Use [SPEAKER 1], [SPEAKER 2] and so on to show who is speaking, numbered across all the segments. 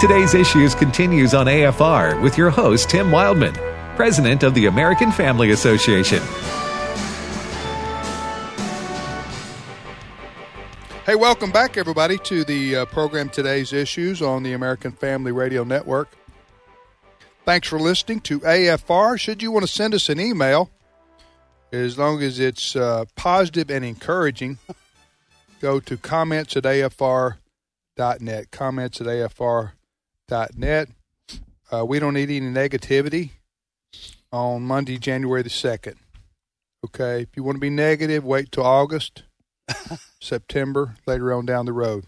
[SPEAKER 1] Today's Issues continues on AFR with your host, Tim Wildman, President of the American Family Association.
[SPEAKER 2] Hey, welcome back, everybody, to the uh, program Today's Issues on the American Family Radio Network. Thanks for listening to AFR. Should you want to send us an email, as long as it's uh, positive and encouraging, go to comments at afr.net. Comments at afr.net. Uh, we don't need any negativity on Monday, January the 2nd. Okay, if you want to be negative, wait till August, September, later on down the road.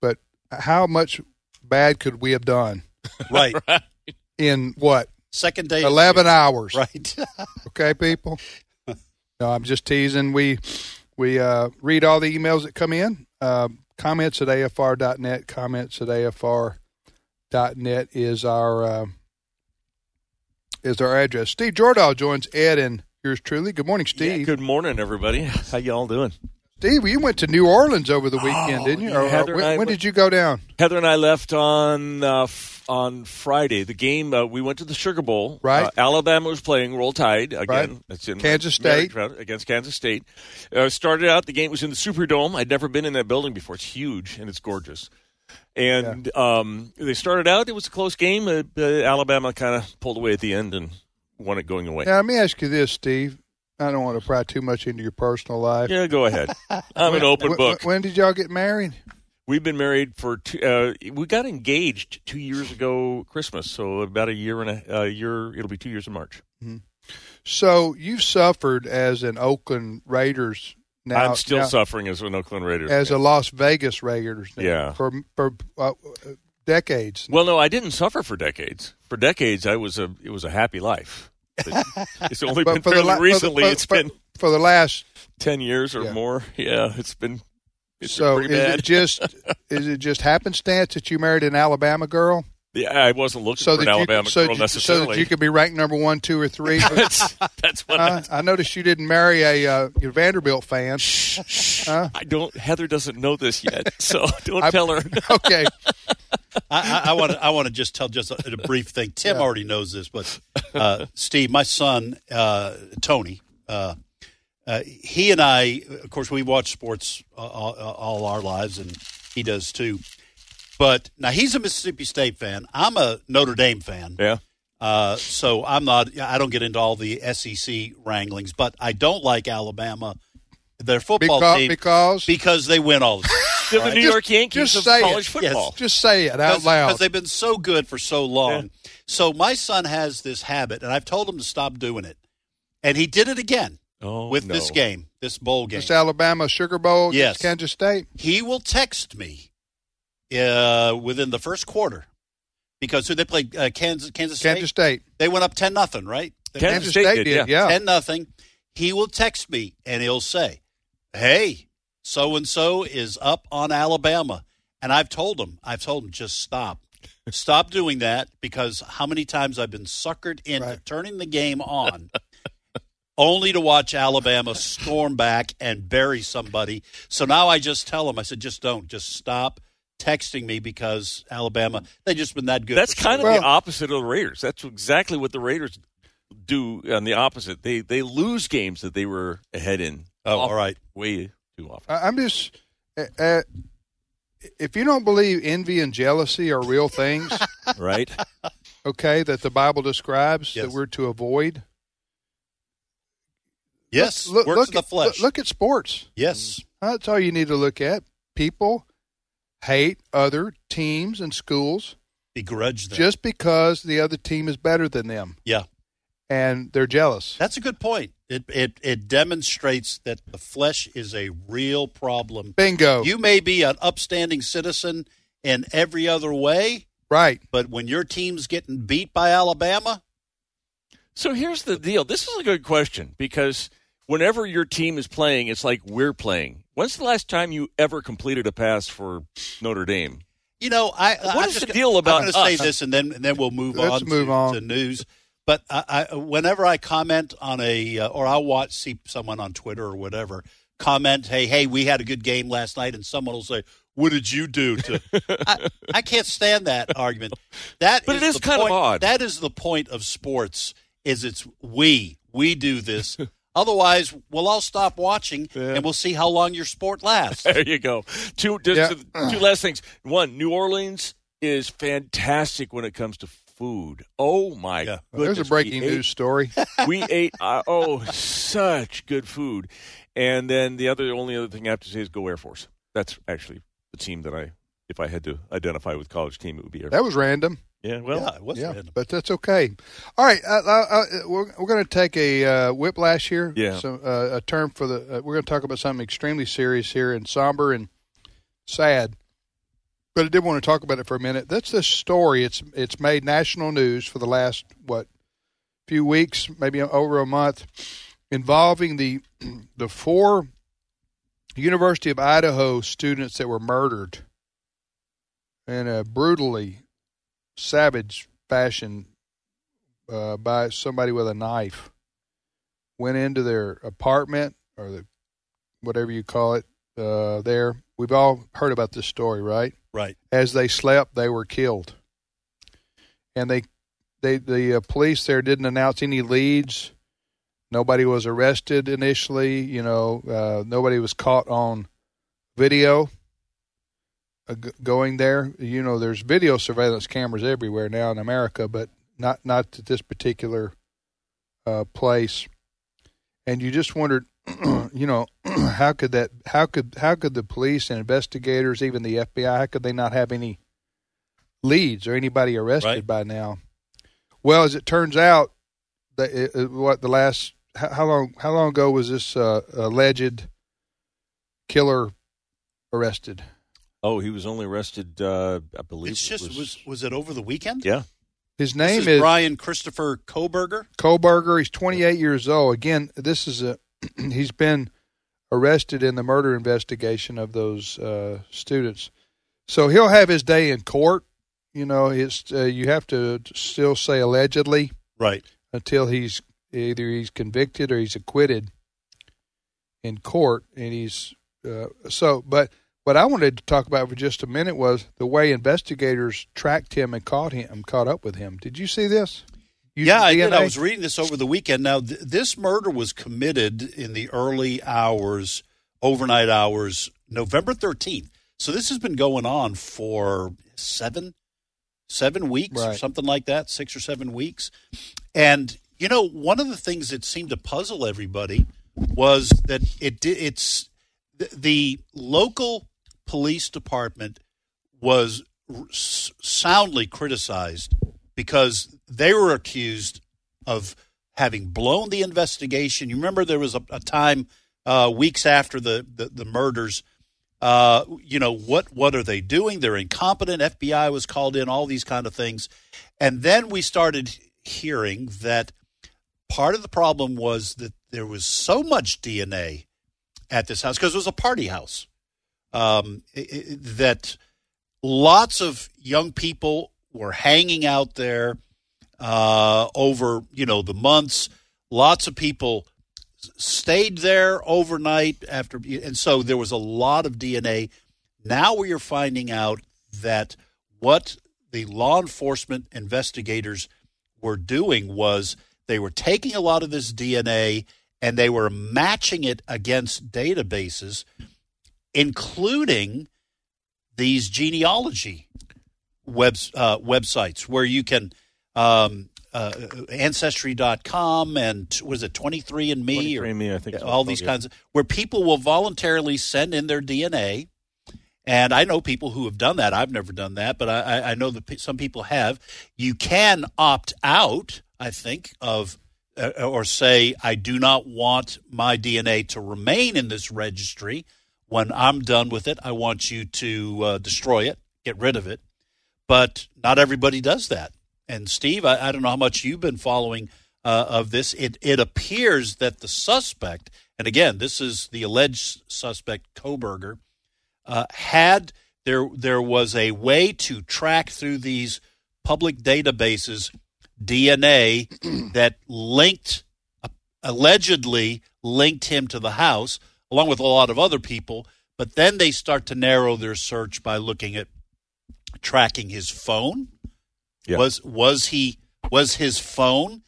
[SPEAKER 2] But how much bad could we have done
[SPEAKER 3] Right.
[SPEAKER 2] in what?
[SPEAKER 3] Second day. of
[SPEAKER 2] 11 hours.
[SPEAKER 3] the year. Right.
[SPEAKER 2] Okay, people. No, I'm just teasing. We we uh, read all the emails that come in. Uh, comments at afr.net. Comments at afr.net is our uh, is our address. Steve Jordahl joins Ed and yours truly. Good morning, Steve.
[SPEAKER 4] Yeah, good morning, everybody. How y'all doing?
[SPEAKER 2] Steve, you went to New Orleans over the weekend,
[SPEAKER 4] Oh,
[SPEAKER 2] didn't you?
[SPEAKER 4] yeah, Heather and
[SPEAKER 2] when,
[SPEAKER 4] I
[SPEAKER 2] when
[SPEAKER 4] went-
[SPEAKER 2] did you go down?
[SPEAKER 4] Heather and I left on uh, f- on Friday. The game uh, we went to the Sugar Bowl.
[SPEAKER 2] Right.
[SPEAKER 4] Uh, Alabama was playing Roll Tide again.
[SPEAKER 2] Right.
[SPEAKER 4] That's in
[SPEAKER 2] Kansas
[SPEAKER 4] Merritt
[SPEAKER 2] State.
[SPEAKER 4] Round- against Kansas State. Uh, started out the game was in the Superdome. I'd never been in that building before. It's huge and it's gorgeous. And um, they started out. It was a close game. Uh, uh, Alabama kind of pulled away at the end and won it going away.
[SPEAKER 2] Now, let me ask you this, Steve. I don't want to pry too much into your personal life.
[SPEAKER 4] Yeah, go ahead. I'm an open
[SPEAKER 2] When-
[SPEAKER 4] book.
[SPEAKER 2] when did y'all get married?
[SPEAKER 4] We've been married for two, uh, we got engaged two years ago Christmas, so about a year and a, a year. It'll be two years in March.
[SPEAKER 2] So you've suffered as an Oakland Raiders now,
[SPEAKER 4] I'm still
[SPEAKER 2] now-
[SPEAKER 4] suffering as an Oakland Raiders.
[SPEAKER 2] as
[SPEAKER 4] fan.
[SPEAKER 2] a Las Vegas Raiders now
[SPEAKER 4] Yeah.
[SPEAKER 2] for for uh, decades.
[SPEAKER 4] well, no, I didn't suffer for decades. For decades, I was a it was a happy life. It's only been fairly
[SPEAKER 2] la-
[SPEAKER 4] recently.
[SPEAKER 2] for the,
[SPEAKER 4] it's
[SPEAKER 2] for,
[SPEAKER 4] been
[SPEAKER 2] for the last.
[SPEAKER 4] ten years or
[SPEAKER 2] Yeah.
[SPEAKER 4] more. Yeah, it's been. It's been
[SPEAKER 2] so is
[SPEAKER 4] pretty bad.
[SPEAKER 2] it just is it just happenstance that you married an Alabama girl?
[SPEAKER 4] yeah, I wasn't looking
[SPEAKER 2] So
[SPEAKER 4] for
[SPEAKER 2] that
[SPEAKER 4] an Alabama
[SPEAKER 2] you, so,
[SPEAKER 4] girl
[SPEAKER 2] that- so
[SPEAKER 4] necessarily.
[SPEAKER 2] that you Uh, could be ranked number one, two, or three.
[SPEAKER 4] that's, that's what
[SPEAKER 2] Huh? I noticed you didn't marry a uh, your Vanderbilt fan.
[SPEAKER 4] I, I don't. Heather doesn't know this yet, so don't
[SPEAKER 2] I-
[SPEAKER 4] tell her.
[SPEAKER 2] Okay,
[SPEAKER 3] I, I, I want to. I want to just tell just a, a brief thing. Tim already knows this, but uh, Steve, my son uh, Tony, uh, uh, he and I, of course, we watch sports uh, all, all our lives, and he does too. But now he's a Mississippi State fan. I'm a Notre Dame fan.
[SPEAKER 4] Yeah.
[SPEAKER 3] Uh, so I'm not. I don't get into all the SEC wranglings, but I don't like Alabama. Their football
[SPEAKER 2] because
[SPEAKER 3] team
[SPEAKER 2] because
[SPEAKER 3] because they win all the time.
[SPEAKER 4] They're the New
[SPEAKER 2] Just-
[SPEAKER 4] York Yankees
[SPEAKER 2] just
[SPEAKER 4] of
[SPEAKER 2] say it.
[SPEAKER 4] college football.
[SPEAKER 2] just say it out
[SPEAKER 3] because
[SPEAKER 2] loud.
[SPEAKER 3] they've been so good for so long. So my son has this habit, and I've told him to stop doing it, and he did it again
[SPEAKER 4] Oh,
[SPEAKER 3] with
[SPEAKER 4] no.
[SPEAKER 3] this game, this bowl game.
[SPEAKER 2] It's Alabama Sugar Bowl. against
[SPEAKER 3] Yes.
[SPEAKER 2] Kansas State.
[SPEAKER 3] He will text me uh, within the first quarter because who they played uh, Kansas Kansas State.
[SPEAKER 2] Kansas State.
[SPEAKER 3] They went up ten nothing, right? They
[SPEAKER 4] Kansas State did,
[SPEAKER 2] yeah.
[SPEAKER 3] ten nothing. He will text me and he'll say, "Hey, so and so is up on Alabama," and I've told him, I've told him, just stop, stop doing that because how many times I've been suckered into
[SPEAKER 2] Right.
[SPEAKER 3] turning the game on. Only to watch Alabama storm back and bury somebody. So now I just tell him, I said, just don't, just stop texting me because Alabama, they just been that good.
[SPEAKER 4] That's
[SPEAKER 3] for so
[SPEAKER 4] kind of
[SPEAKER 2] Well-
[SPEAKER 4] the opposite of the Raiders. That's exactly what the Raiders do on the opposite. They they lose games that they were ahead in.
[SPEAKER 3] Oh, all right.
[SPEAKER 4] Way too often.
[SPEAKER 2] I- I'm just. Uh, uh, if you don't believe envy and jealousy are real things,
[SPEAKER 4] right?
[SPEAKER 2] okay, that the Bible describes that
[SPEAKER 3] Yes.
[SPEAKER 2] we're to avoid.
[SPEAKER 3] Yes,
[SPEAKER 2] look,
[SPEAKER 3] works
[SPEAKER 2] look
[SPEAKER 3] of the
[SPEAKER 2] at-
[SPEAKER 3] flesh.
[SPEAKER 2] Look, look at sports.
[SPEAKER 3] yes,
[SPEAKER 2] That's all you need to look at. People hate other teams and schools
[SPEAKER 3] begrudge them.
[SPEAKER 2] just because the other team is better than them,
[SPEAKER 3] yeah,
[SPEAKER 2] and they're jealous.
[SPEAKER 3] that's a good point. It it it demonstrates that the flesh is a real problem.
[SPEAKER 2] Bingo.
[SPEAKER 3] You may be an upstanding citizen in every other way,
[SPEAKER 2] right.
[SPEAKER 3] but when your team's getting beat by Alabama,
[SPEAKER 4] So here's the deal. This is a good question because whenever your team is playing, it's like we're playing. When's the last time you ever completed a pass for Notre Dame?
[SPEAKER 3] you know, I uh,
[SPEAKER 4] What
[SPEAKER 3] I'm
[SPEAKER 4] is
[SPEAKER 3] just
[SPEAKER 4] the
[SPEAKER 3] gonna-
[SPEAKER 4] deal about
[SPEAKER 3] I'm going to
[SPEAKER 4] us?
[SPEAKER 3] say this, and then and then we'll move
[SPEAKER 2] Let's
[SPEAKER 3] on.
[SPEAKER 2] move
[SPEAKER 3] to,
[SPEAKER 2] on.
[SPEAKER 3] to news. But I, I, whenever I comment on a, uh, or I watch see someone on Twitter or whatever comment, hey, hey, we had a good game last night, and someone will say, What did you do to? I, I can't stand that argument. That
[SPEAKER 4] But
[SPEAKER 3] is
[SPEAKER 4] it is
[SPEAKER 3] the
[SPEAKER 4] kind of
[SPEAKER 3] point-
[SPEAKER 4] odd.
[SPEAKER 3] That is the point of sports. Is it's we we do this. Otherwise, we'll all stop watching and we'll see how long your sport lasts.
[SPEAKER 4] There you go. Two just
[SPEAKER 2] Yeah.
[SPEAKER 4] two- two last things. One, New Orleans is fantastic when it comes to food. Oh my
[SPEAKER 3] Yeah.
[SPEAKER 2] There's a
[SPEAKER 4] goodness,
[SPEAKER 2] breaking
[SPEAKER 4] we ate-
[SPEAKER 2] news story.
[SPEAKER 4] we ate uh, oh such good food. And then the other only other thing I have to say is go Air Force. That's actually the team that I if I had to identify with college team it would be Air Force.
[SPEAKER 2] That was random.
[SPEAKER 4] Yeah, well,
[SPEAKER 3] yeah, it was
[SPEAKER 2] yeah,
[SPEAKER 3] random.
[SPEAKER 2] but that's okay. All right, I, I, I, we're, we're going to take a uh, whiplash here.
[SPEAKER 4] Yeah.
[SPEAKER 2] So, uh, a term for the. Uh, we're going to talk about something extremely serious here and somber and sad. But I did want to talk about it for a minute. That's this story. It's it's made national news for the last what few weeks, maybe over a month, involving the the four University of Idaho students that were murdered in a brutally savage fashion uh, by somebody with a knife. Went into their apartment or the, whatever you call it uh, there. We've all heard about this story, right?
[SPEAKER 3] Right.
[SPEAKER 2] As they slept, they were killed. And they, they the uh, police there didn't announce any leads. Nobody was arrested initially. You know, uh, nobody was caught on video uh, g- going there. You know, there's video surveillance cameras everywhere now in America, but not not at this particular uh, place. And you just wondered, you know, how could that? How could how could the police and investigators, even the FBI, how could they not have any leads or anybody arrested
[SPEAKER 3] Right.
[SPEAKER 2] by now? Well, as it turns out, the, it, it- what the last how, how long how long ago was this uh, alleged killer arrested?
[SPEAKER 4] Oh, he was only arrested uh I believe
[SPEAKER 3] It's
[SPEAKER 4] it
[SPEAKER 3] just was, was it over the weekend?
[SPEAKER 4] Yeah.
[SPEAKER 2] His
[SPEAKER 3] This
[SPEAKER 2] name
[SPEAKER 3] is
[SPEAKER 2] is
[SPEAKER 3] Brian Christopher Koberger.
[SPEAKER 2] Koberger. He's 28 years old. Again, this is a he's been arrested in the murder investigation of those uh, students. So he'll have his day in court. You know, it's uh, you have to still say allegedly
[SPEAKER 3] Right.
[SPEAKER 2] until he's either he's convicted or he's acquitted in court, and he's uh, so. But what I wanted to talk about for just a minute was the way investigators tracked him and caught him, caught up with him. Did you see this? You-
[SPEAKER 3] yeah, I did.
[SPEAKER 2] DNA?
[SPEAKER 3] I was reading this over the weekend. Now, th- this murder was committed in the early hours, overnight hours, November 13th. So this has been going on for seven, seven weeks or
[SPEAKER 2] Right.
[SPEAKER 3] something like that, six or seven weeks. And, you know, one of the things that seemed to puzzle everybody was that it did, it's the, the local police department was r- s- soundly criticized because they were accused of having blown the investigation. You remember there was a, a time uh, weeks after the the, the murders. Uh, you know what? What are they doing? They're incompetent. FBI was called in. All these kind of things, and then we started hearing that part of the problem was that there was so much DNA at this house because it was a party house. Um, i i that lots of young people were hanging out there uh, over you know the months. Lots of people s- stayed there overnight after, and so there was a lot of DNA. Now we are finding out that what the law enforcement investigators were doing was they were taking a lot of this DNA and they were matching it against databases, including these genealogy webs uh, websites where you can um, uh, ancestry.com and was it 23andme or
[SPEAKER 4] 23andMe, I think. Oh, is what
[SPEAKER 3] all
[SPEAKER 4] it's
[SPEAKER 3] these
[SPEAKER 4] called,
[SPEAKER 3] kinds of where people will voluntarily send in their DNA. And I know people who have done that. I've never done that, but I, I- I know that pe- some people have. You can opt out, I think, of uh, or say I do not want my DNA to remain in this registry. When I'm done with it, I want you to uh, destroy it, get rid of it. But not everybody does that. And Steve, I, I don't know how much you've been following uh, of this. It it appears that the suspect, and again, this is the alleged suspect Koberger, uh, had there there was a way to track through these public databases DNA that linked uh, allegedly linked him to the house along with a lot of other people But then they start to narrow their search by looking at tracking his phone.
[SPEAKER 4] Yeah.
[SPEAKER 3] Was was he was his phone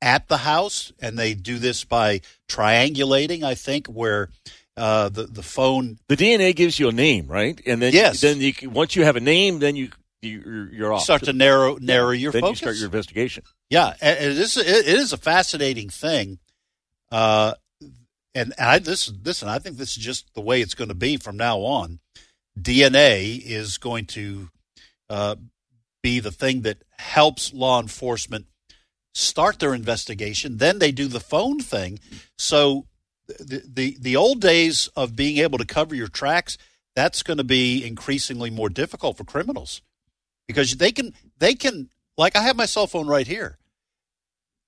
[SPEAKER 3] at the house? And they do this by triangulating, I think, where uh, the the phone
[SPEAKER 4] The DNA gives you a name, right? And then
[SPEAKER 3] Yes.
[SPEAKER 4] then you, can- once you have a name, then you, you you're, you're off.
[SPEAKER 3] start to narrow narrow your
[SPEAKER 4] then
[SPEAKER 3] focus.
[SPEAKER 4] you start your investigation.
[SPEAKER 3] Yeah, and and it is it is a fascinating thing, uh, and and I this listen. I think this is just the way it's going to be from now on. DNA is going to uh, be the thing that helps law enforcement start their investigation. Then they do the phone thing. So the the, the old days of being able to cover your tracks that's going to be increasingly more difficult for criminals because they can they can like I have my cell phone right here.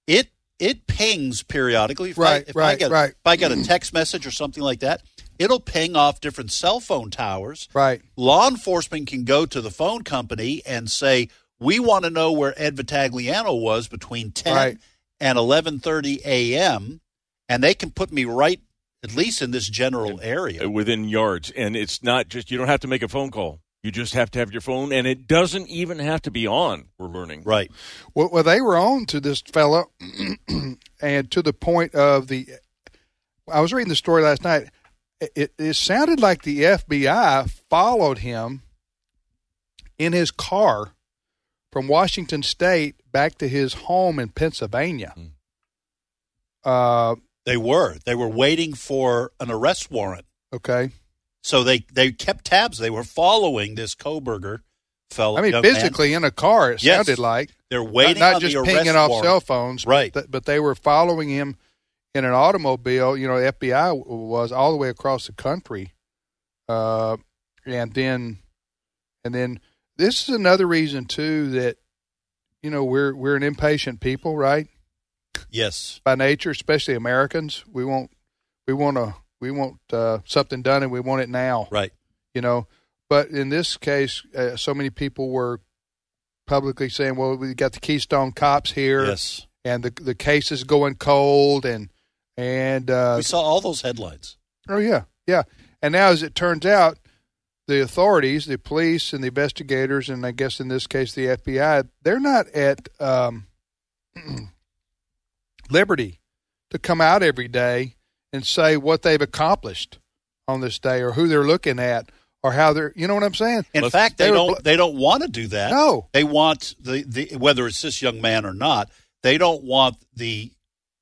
[SPEAKER 3] It it pings periodically. If
[SPEAKER 2] Right,
[SPEAKER 3] I, if I
[SPEAKER 2] right,
[SPEAKER 3] get,
[SPEAKER 2] right.
[SPEAKER 3] If I get a text message or something like that, it'll ping off different cell phone towers.
[SPEAKER 2] Right.
[SPEAKER 3] Law enforcement can go to the phone company and say, "We want to know where Ed Vitagliano was between ten
[SPEAKER 2] Right.
[SPEAKER 3] and eleven thirty a.m." And they can put me right, at least in this general area.
[SPEAKER 4] uh, within yards. And it's not just you don't have to make a phone call. You just have to have your phone, and it doesn't even have to be on. We're learning.
[SPEAKER 3] Right.
[SPEAKER 2] Well, well, they were on to this fella, and to the point of the. I was reading the story last night. It- It, it sounded like the FBI followed him in his car from Washington State back to his home in Pennsylvania.
[SPEAKER 3] Hmm.
[SPEAKER 2] Uh,
[SPEAKER 3] They were. They were waiting for an arrest warrant.
[SPEAKER 2] okay.
[SPEAKER 3] So they they kept tabs. They were following this Koberger fellow.
[SPEAKER 2] I mean,
[SPEAKER 3] young man.
[SPEAKER 2] physically in a car, it
[SPEAKER 3] Yes.
[SPEAKER 2] sounded like.
[SPEAKER 3] they're
[SPEAKER 2] Not-
[SPEAKER 3] waiting
[SPEAKER 2] not,
[SPEAKER 3] on
[SPEAKER 2] just
[SPEAKER 3] the arrest
[SPEAKER 2] pinging off
[SPEAKER 3] warrant.
[SPEAKER 2] cell phones, but
[SPEAKER 3] Right.
[SPEAKER 2] th- But, they were following him in an automobile. You know, FBI w- was all the way across the country, uh, and then, and then this is another reason too that you know we're we're an impatient people, right?
[SPEAKER 3] Yes,
[SPEAKER 2] By nature, especially Americans, we want we want to we want uh, something done and we want it now
[SPEAKER 3] right.
[SPEAKER 2] you know. But in this case, uh, so many people were publicly saying, "Well, we got the Keystone Cops here,
[SPEAKER 3] Yes,
[SPEAKER 2] and the the case is going cold," and and uh,
[SPEAKER 3] we saw all those headlines.
[SPEAKER 2] oh yeah, yeah. And now, as it turns out, the authorities, the police, and the investigators, and I guess in this case the FBI, they're not at um, liberty to come out every day and say what they've accomplished on this day, or who they're looking at, or how they're. You know what I'm saying?
[SPEAKER 3] In
[SPEAKER 4] Let's-
[SPEAKER 3] fact, they,
[SPEAKER 2] they were
[SPEAKER 3] don't
[SPEAKER 2] bl-
[SPEAKER 3] they don't want to do that.
[SPEAKER 2] No.
[SPEAKER 3] they want the, the whether it's this young man or not. They don't want the,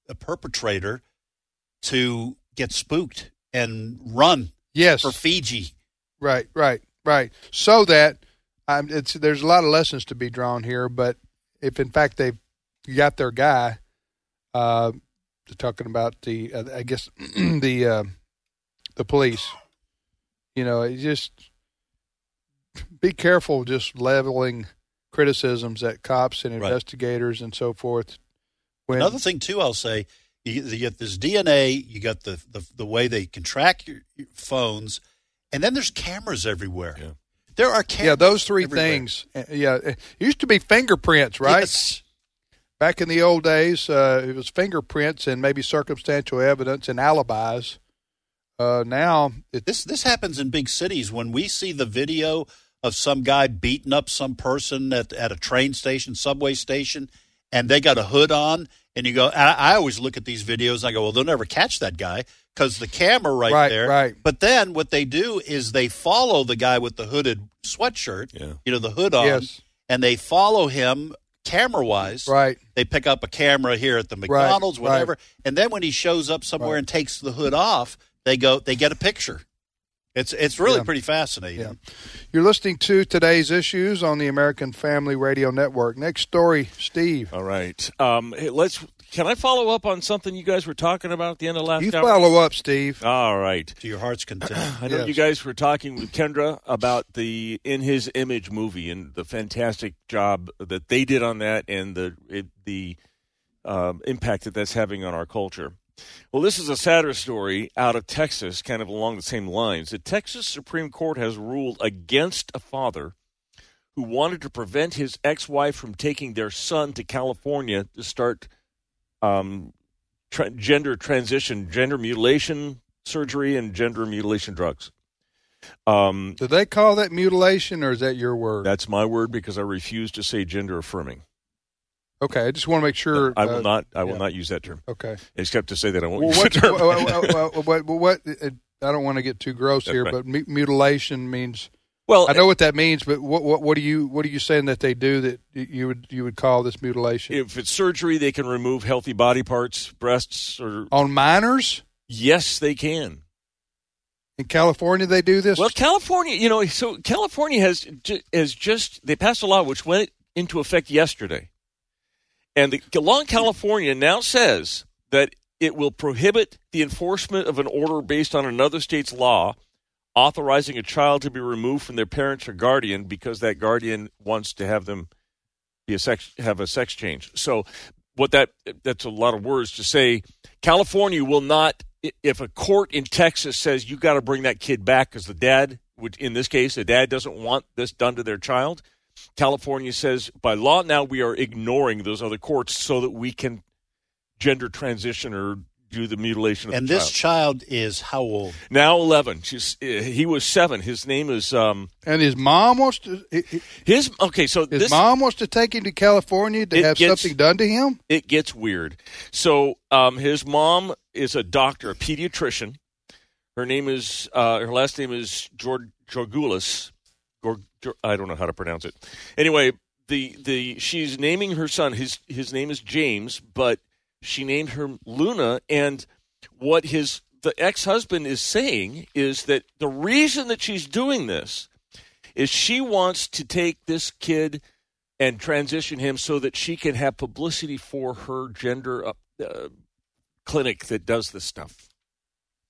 [SPEAKER 3] the perpetrator to get spooked and run
[SPEAKER 2] Yes.
[SPEAKER 3] for Fiji.
[SPEAKER 2] Right, right, right. So that um, it's there's a lot of lessons to be drawn here, but if in fact they've got their guy, uh, talking about the uh, I guess the uh, the police, you know, it just be careful just leveling criticisms at cops and
[SPEAKER 3] Right.
[SPEAKER 2] investigators and so forth. When
[SPEAKER 3] Another thing too, I'll say you, you get this DNA, you got the, the the way they can track your, your phones, and then there's cameras everywhere.
[SPEAKER 4] Yeah.
[SPEAKER 3] There are cameras.
[SPEAKER 2] yeah, those three
[SPEAKER 3] everywhere.
[SPEAKER 2] things. Uh, Yeah, it used to be fingerprints, right?
[SPEAKER 3] Yes.
[SPEAKER 2] Back in the old days, uh, it was fingerprints and maybe circumstantial evidence and alibis. Uh, now, it,
[SPEAKER 3] This this happens in big cities when we see the video of some guy beating up some person at, at a train station, subway station, and they got a hood on. And you go, and I, I always look at these videos and I go, well, they'll never catch that guy because the camera right,
[SPEAKER 2] Right,
[SPEAKER 3] there.
[SPEAKER 2] right.
[SPEAKER 3] But then what they do is they follow the guy with the hooded sweatshirt,
[SPEAKER 4] Yeah.
[SPEAKER 3] you know, the hood on,
[SPEAKER 2] Yes.
[SPEAKER 3] and they follow him camera wise.
[SPEAKER 2] right,
[SPEAKER 3] They pick up a camera here at the McDonald's,
[SPEAKER 2] right.
[SPEAKER 3] whatever, and then when he shows up somewhere
[SPEAKER 2] Right.
[SPEAKER 3] and takes the hood off, they go, they get a picture. It's it's really
[SPEAKER 2] Yeah.
[SPEAKER 3] pretty fascinating.
[SPEAKER 2] Yeah. you're listening to today's issues on the American Family Radio Network. Next story, Steve.
[SPEAKER 4] All right. Um, hey, let's. Can I follow up on something you guys were talking about at the end of last
[SPEAKER 2] You
[SPEAKER 4] hour?
[SPEAKER 2] follow up, Steve.
[SPEAKER 4] All right.
[SPEAKER 3] To your heart's content.
[SPEAKER 4] I know
[SPEAKER 2] Yes.
[SPEAKER 4] you guys were talking with Kendra about the In His Image movie and the fantastic job that they did on that and the it, the um, impact that that's having on our culture. Well, this is a sadder story out of Texas, kind of along the same lines. The Texas Supreme Court has ruled against a father who wanted to prevent his ex-wife from taking their son to California to start um, tra- gender transition, gender mutilation surgery, and gender mutilation drugs. Um,
[SPEAKER 2] Do they call that mutilation, or is that your word?
[SPEAKER 4] that's my word because I refuse to say gender affirming.
[SPEAKER 2] okay, I just want to make sure.
[SPEAKER 4] I will
[SPEAKER 2] uh,
[SPEAKER 4] not. I will
[SPEAKER 2] yeah.
[SPEAKER 4] not use that term,
[SPEAKER 2] Okay.
[SPEAKER 4] except to say that I won't
[SPEAKER 2] Well,
[SPEAKER 4] use
[SPEAKER 2] what,
[SPEAKER 4] that term.
[SPEAKER 2] what, what, what, what- uh, I don't want to get too gross
[SPEAKER 4] That's
[SPEAKER 2] here,
[SPEAKER 4] fine.
[SPEAKER 2] but mu- mutilation means
[SPEAKER 4] well,
[SPEAKER 2] I know what that means, but what what what are you what are you saying that they do that y- you would you would call this mutilation
[SPEAKER 4] if it's surgery, they can remove healthy body parts, breasts, or
[SPEAKER 2] on minors
[SPEAKER 4] yes, they can.
[SPEAKER 2] in California? They do this.
[SPEAKER 4] Well, California, you know, so California has ju- has just they passed a law which went into effect yesterday, and the law in California now says that it will prohibit the enforcement of an order based on another state's law authorizing a child to be removed from their parents or guardian because that guardian wants to have them be a sex have a sex change. So what that that's a lot of words to say. California will not i- if a court in Texas says you got to bring that kid back because the dad, which in this case the dad doesn't want this done to their child. California says by law now we are ignoring those other courts so that we can gender transition or do the mutilation of
[SPEAKER 3] And
[SPEAKER 4] the
[SPEAKER 3] this
[SPEAKER 4] child.
[SPEAKER 3] child is how old?
[SPEAKER 4] now 11 she's uh, he was 7 his name is um
[SPEAKER 2] and his mom wants to hi- hi-
[SPEAKER 4] his okay so
[SPEAKER 2] his
[SPEAKER 4] this
[SPEAKER 2] mom wants to take him to California to
[SPEAKER 4] It
[SPEAKER 2] have
[SPEAKER 4] gets-
[SPEAKER 2] something done to him.
[SPEAKER 4] it gets weird. So um, his mom is a doctor, a pediatrician. Her name is uh, her last name is Georg Jorgulis. Gorg, Gor- I don't know how to pronounce it. Anyway, the the she's naming her son. His his name is James, but she named her Luna. And what his the ex husband is saying is that the reason that she's doing this is she wants to take this kid and transition him so that she can have publicity for her gender uh, uh, clinic that does this stuff.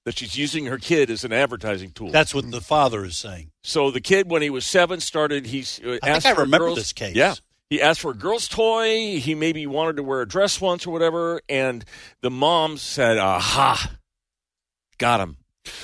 [SPEAKER 4] That she's using her kid as an advertising tool.
[SPEAKER 3] That's what the father is saying.
[SPEAKER 4] so the kid, when he was seven, started. He's uh,
[SPEAKER 3] I
[SPEAKER 4] asked
[SPEAKER 3] think I
[SPEAKER 4] for a
[SPEAKER 3] remember
[SPEAKER 4] girl's-
[SPEAKER 3] this case.
[SPEAKER 4] Yeah, he asked for a girl's toy. He maybe wanted to wear a dress once or whatever, and the mom said, "Aha, got him."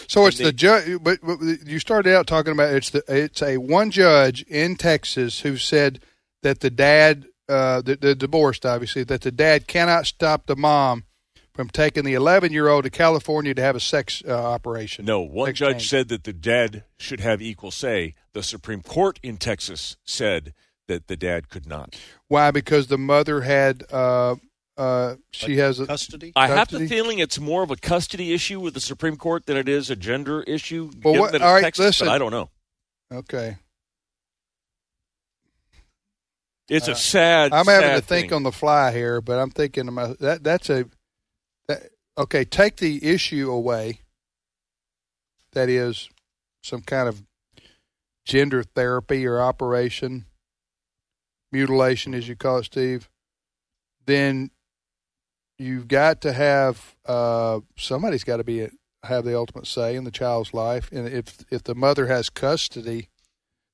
[SPEAKER 2] So it's
[SPEAKER 4] they-
[SPEAKER 2] the judge. But, but you started out talking about it's the it's a one judge in Texas who said that the dad uh, the, the divorced obviously that the dad cannot stop the mom from taking the 11 year old to California to have a sex uh, operation.
[SPEAKER 4] No, one
[SPEAKER 2] Sex
[SPEAKER 4] judge
[SPEAKER 2] change.
[SPEAKER 4] said that the dad should have equal say. The Supreme Court in Texas said that the dad could not.
[SPEAKER 2] Why? Because the mother had uh uh she has a
[SPEAKER 3] Custody?
[SPEAKER 4] I have the
[SPEAKER 2] Custody?
[SPEAKER 4] feeling it's more of a custody issue with the Supreme Court than it is a gender issue.
[SPEAKER 2] Well,
[SPEAKER 4] given
[SPEAKER 2] what-
[SPEAKER 4] that it's
[SPEAKER 2] all right,
[SPEAKER 4] Texas,
[SPEAKER 2] listen.
[SPEAKER 4] but I don't know.
[SPEAKER 2] okay.
[SPEAKER 4] It's a sad.
[SPEAKER 2] Uh, I'm having to
[SPEAKER 4] sad
[SPEAKER 2] think
[SPEAKER 4] thing.
[SPEAKER 2] on the fly here, but I'm thinking to my that that's a that, okay. Take the issue away. That is some kind of gender therapy or operation, mutilation, as you call it, Steve. Then you've got to have uh, somebody's got to be have the ultimate say in the child's life, and if if the mother has custody,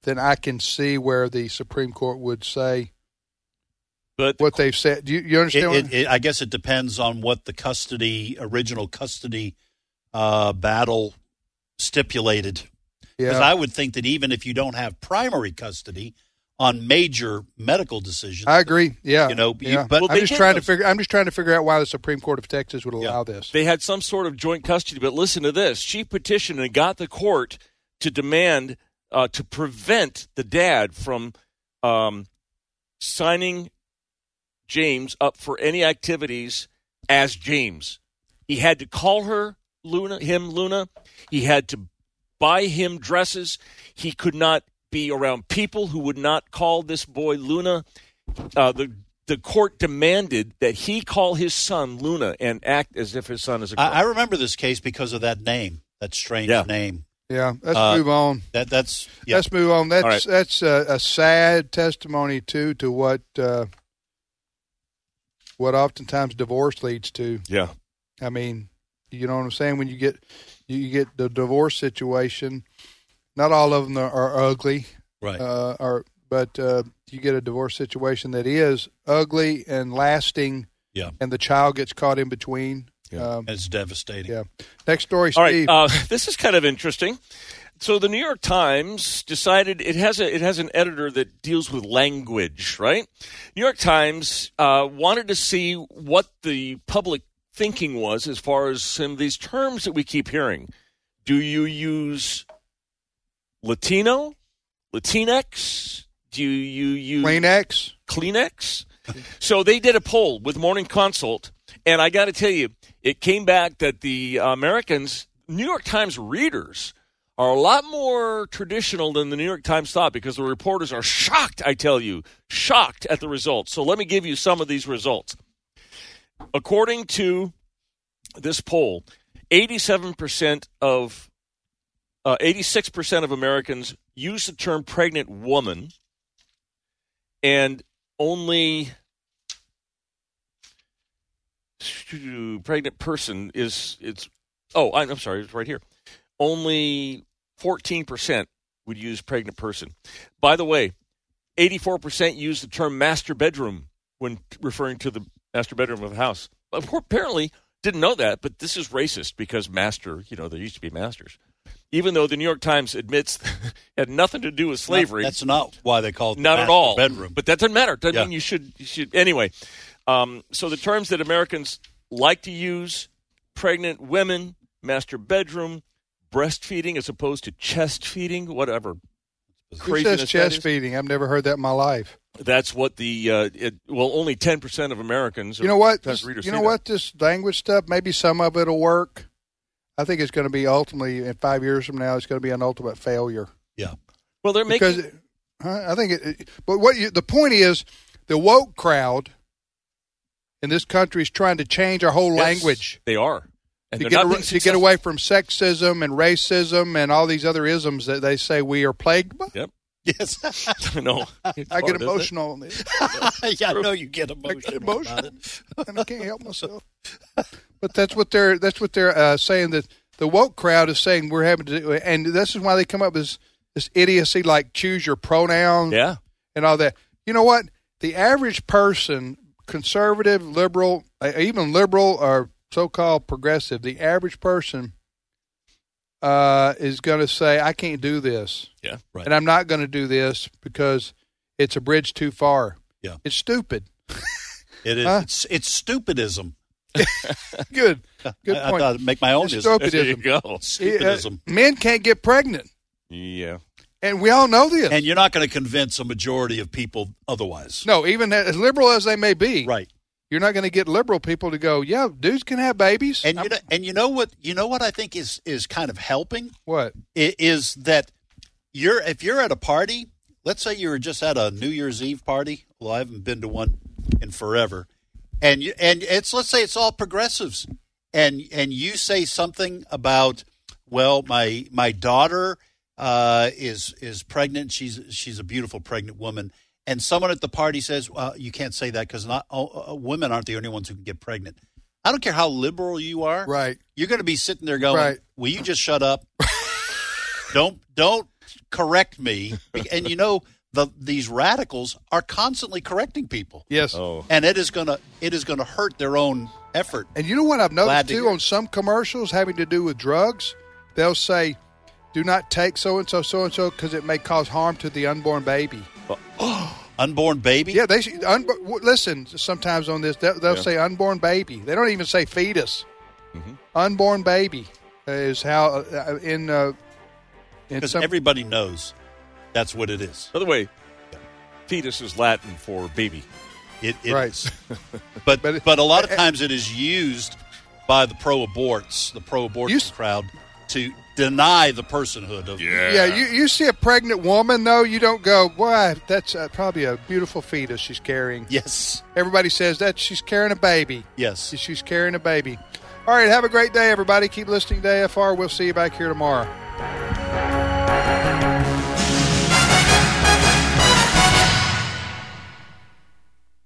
[SPEAKER 2] then I can see where the Supreme Court would say
[SPEAKER 4] But
[SPEAKER 2] what they've said. Do you, you
[SPEAKER 3] It,
[SPEAKER 2] understand? what-
[SPEAKER 3] it, it, I guess it depends on what the custody, original custody uh, battle stipulated. Because
[SPEAKER 2] yeah,
[SPEAKER 3] I would think that even if you don't have primary custody on major medical decisions,
[SPEAKER 2] I, agree. Yeah,
[SPEAKER 3] You know, you-
[SPEAKER 2] yeah.
[SPEAKER 3] but- Well,
[SPEAKER 2] I'm
[SPEAKER 4] they
[SPEAKER 2] just
[SPEAKER 4] did
[SPEAKER 2] trying to
[SPEAKER 4] those-
[SPEAKER 2] figure. I'm just trying to figure out why the Supreme Court of Texas would allow this.
[SPEAKER 4] They had some sort of joint custody, but listen to this. She petitioned and got the court to demand uh, to prevent the dad from um, signing James up for any activities as James. He had to call her Luna, him Luna. He had to buy him dresses. He could not be around people who would not call this boy Luna. Uh, the the court demanded that he call his son Luna and act as if his son is a girl.
[SPEAKER 3] I, I remember this case because of that name, that strange
[SPEAKER 4] Yeah.
[SPEAKER 3] name.
[SPEAKER 2] Yeah, let's
[SPEAKER 3] Uh,
[SPEAKER 2] move on.
[SPEAKER 3] That that's yeah.
[SPEAKER 2] Let's move on. That's
[SPEAKER 4] All right.
[SPEAKER 2] that's a, a sad testimony too to what uh, what oftentimes divorce leads to.
[SPEAKER 4] yeah.
[SPEAKER 2] I mean, you know what I'm saying? When you get you get the divorce situation, not all of them are, are ugly.
[SPEAKER 3] right.
[SPEAKER 2] uh, or but uh, you get a divorce situation that is ugly and lasting,
[SPEAKER 3] Yeah.
[SPEAKER 2] and the child gets caught in between.
[SPEAKER 4] Yeah.
[SPEAKER 2] Um,
[SPEAKER 3] it's devastating.
[SPEAKER 2] yeah. Next story,
[SPEAKER 4] All
[SPEAKER 2] Steve.
[SPEAKER 4] right, uh, this is kind of interesting. So the New York Times decided it has a it has an editor that deals with language, right? New York Times uh, wanted to see what the public thinking was as far as some of these terms that we keep hearing. Do you use Latino, Latinx? Do you you, you
[SPEAKER 2] Kleenex.
[SPEAKER 4] Kleenex? so they did a poll with Morning Consult, and I got to tell you, it came back that the Americans, New York Times readers, are a lot more traditional than the New York Times thought because the reporters are shocked, I tell you, shocked at the results. So let me give you some of these results. According to this poll, 87% of uh, 86% of Americans use the term pregnant woman, and only pregnant person is it's oh I'm, I'm sorry it's right here only 14% would use pregnant person by the way 84% use the term master bedroom when referring to the master bedroom of a house apparently didn't know that but this is racist because master you know there used to be masters even though the New York Times admits had nothing to do with slavery.
[SPEAKER 3] That's not why they call it
[SPEAKER 4] not
[SPEAKER 3] the
[SPEAKER 4] at all
[SPEAKER 3] bedroom.
[SPEAKER 4] But that doesn't matter. Doesn't
[SPEAKER 3] Yeah.
[SPEAKER 4] mean you should. You should anyway. Um, so the terms that Americans like to use: pregnant women, master bedroom, breastfeeding, as opposed to chest feeding, whatever.
[SPEAKER 2] Who
[SPEAKER 4] Craziness
[SPEAKER 2] says
[SPEAKER 4] that
[SPEAKER 2] chest
[SPEAKER 4] is.
[SPEAKER 2] feeding? I've never heard that in my life.
[SPEAKER 4] That's what the uh, it, well, only ten percent of Americans. or
[SPEAKER 2] you know what?
[SPEAKER 4] Times
[SPEAKER 2] This-
[SPEAKER 4] readers
[SPEAKER 2] you
[SPEAKER 4] say
[SPEAKER 2] know
[SPEAKER 4] that.
[SPEAKER 2] what? This language stuff. Maybe some of it'll work. I think it's going to be ultimately in five years from now. It's going to be an ultimate failure
[SPEAKER 3] Yeah.
[SPEAKER 4] Well, they're making
[SPEAKER 2] because huh? I think. It, it- but what you, the point is, the woke crowd in this country is trying to change our whole
[SPEAKER 4] Yes,
[SPEAKER 2] language
[SPEAKER 4] They are. And
[SPEAKER 2] to
[SPEAKER 4] they're
[SPEAKER 2] get,
[SPEAKER 4] not
[SPEAKER 2] ar-
[SPEAKER 4] being
[SPEAKER 2] to get
[SPEAKER 4] successful.
[SPEAKER 2] away from sexism and racism and all these other isms that they say we are plagued by.
[SPEAKER 3] Yes.
[SPEAKER 4] no,
[SPEAKER 2] I get
[SPEAKER 4] Hard, isn't it?
[SPEAKER 2] emotional on this.
[SPEAKER 3] yeah, I know you get emotional.
[SPEAKER 2] emotional.
[SPEAKER 3] about it.
[SPEAKER 2] and I can't help myself. But that's what they're that's what they're uh, saying that the woke crowd is saying we're having to do, and this is why they come up with this, this idiocy like choose your pronoun
[SPEAKER 4] Yeah.
[SPEAKER 2] and all that. You know what? The average person, conservative, liberal, uh, even liberal or so-called progressive, the average person uh, is going to say, "I can't do this."
[SPEAKER 4] Yeah.
[SPEAKER 3] Right.
[SPEAKER 2] and I'm not going to do this because it's a bridge too far.
[SPEAKER 3] Yeah.
[SPEAKER 2] It's stupid.
[SPEAKER 3] It is.
[SPEAKER 2] Huh?
[SPEAKER 3] It's, it's stupidism.
[SPEAKER 2] Good. Good
[SPEAKER 3] I, I
[SPEAKER 2] point.
[SPEAKER 3] thought I'd make my own
[SPEAKER 2] It's
[SPEAKER 3] ism.
[SPEAKER 2] stupid.
[SPEAKER 4] There you go.
[SPEAKER 3] Stupidism.
[SPEAKER 2] Uh, men can't get pregnant,
[SPEAKER 4] Yeah.
[SPEAKER 2] and we all know this.
[SPEAKER 3] and you're not going to convince a majority of people otherwise.
[SPEAKER 2] no, even as liberal as they may be,
[SPEAKER 3] Right.
[SPEAKER 2] you're not going to get liberal people to go, "Yeah, dudes can have babies."
[SPEAKER 3] And you
[SPEAKER 2] I'm-
[SPEAKER 3] know, and you know what you know what I think is is kind of helping
[SPEAKER 2] what?
[SPEAKER 3] i- is that you're if you're at a party, let's say you were just at a New Year's Eve party. Well, I haven't been to one in forever, and you and it's let's say it's all progressives, and and you say something about well, my my daughter uh, is is pregnant. She's she's a beautiful pregnant woman. And someone at the party says, well, "You can't say that because not oh, uh, women aren't the only ones who can get pregnant." I don't care how liberal you are
[SPEAKER 2] Right.
[SPEAKER 3] you're going to be sitting there going,
[SPEAKER 2] Right.
[SPEAKER 3] "Will you just shut up? don't don't correct me." And you know the these radicals are constantly correcting people,
[SPEAKER 2] Yes.
[SPEAKER 4] Oh.
[SPEAKER 3] and it is gonna it is gonna hurt their own effort.
[SPEAKER 2] And you know what I've
[SPEAKER 3] Glad
[SPEAKER 2] noticed
[SPEAKER 3] to
[SPEAKER 2] too
[SPEAKER 3] hear.
[SPEAKER 2] on some commercials having to do with drugs, they'll say, "Do not take so and so, so and so, because it may cause harm to the unborn baby."
[SPEAKER 3] Unborn baby,
[SPEAKER 2] Yeah, they should, un, w- listen. Sometimes on this, they'll, they'll say unborn baby. They don't even say fetus.
[SPEAKER 3] Mm-hmm.
[SPEAKER 2] Unborn baby is how uh, uh, in uh, in
[SPEAKER 3] because
[SPEAKER 2] some
[SPEAKER 3] everybody knows that's what it is.
[SPEAKER 4] By the way, fetus is Latin for baby.
[SPEAKER 3] It, it
[SPEAKER 2] Right.
[SPEAKER 3] is. but
[SPEAKER 2] But it-
[SPEAKER 3] but, a lot of times it is used by the pro aborts, the pro abortion
[SPEAKER 2] You s-
[SPEAKER 3] crowd, to deny the personhood of
[SPEAKER 2] yeah. You you see a pregnant woman though, you don't go, "Boy, that's uh, probably a beautiful fetus she's carrying."
[SPEAKER 3] Yes,
[SPEAKER 2] Everybody says that she's carrying a baby.
[SPEAKER 3] yes.
[SPEAKER 2] She's carrying a baby. All right, have a great day, everybody. Keep listening to AFR. We'll see you back here tomorrow.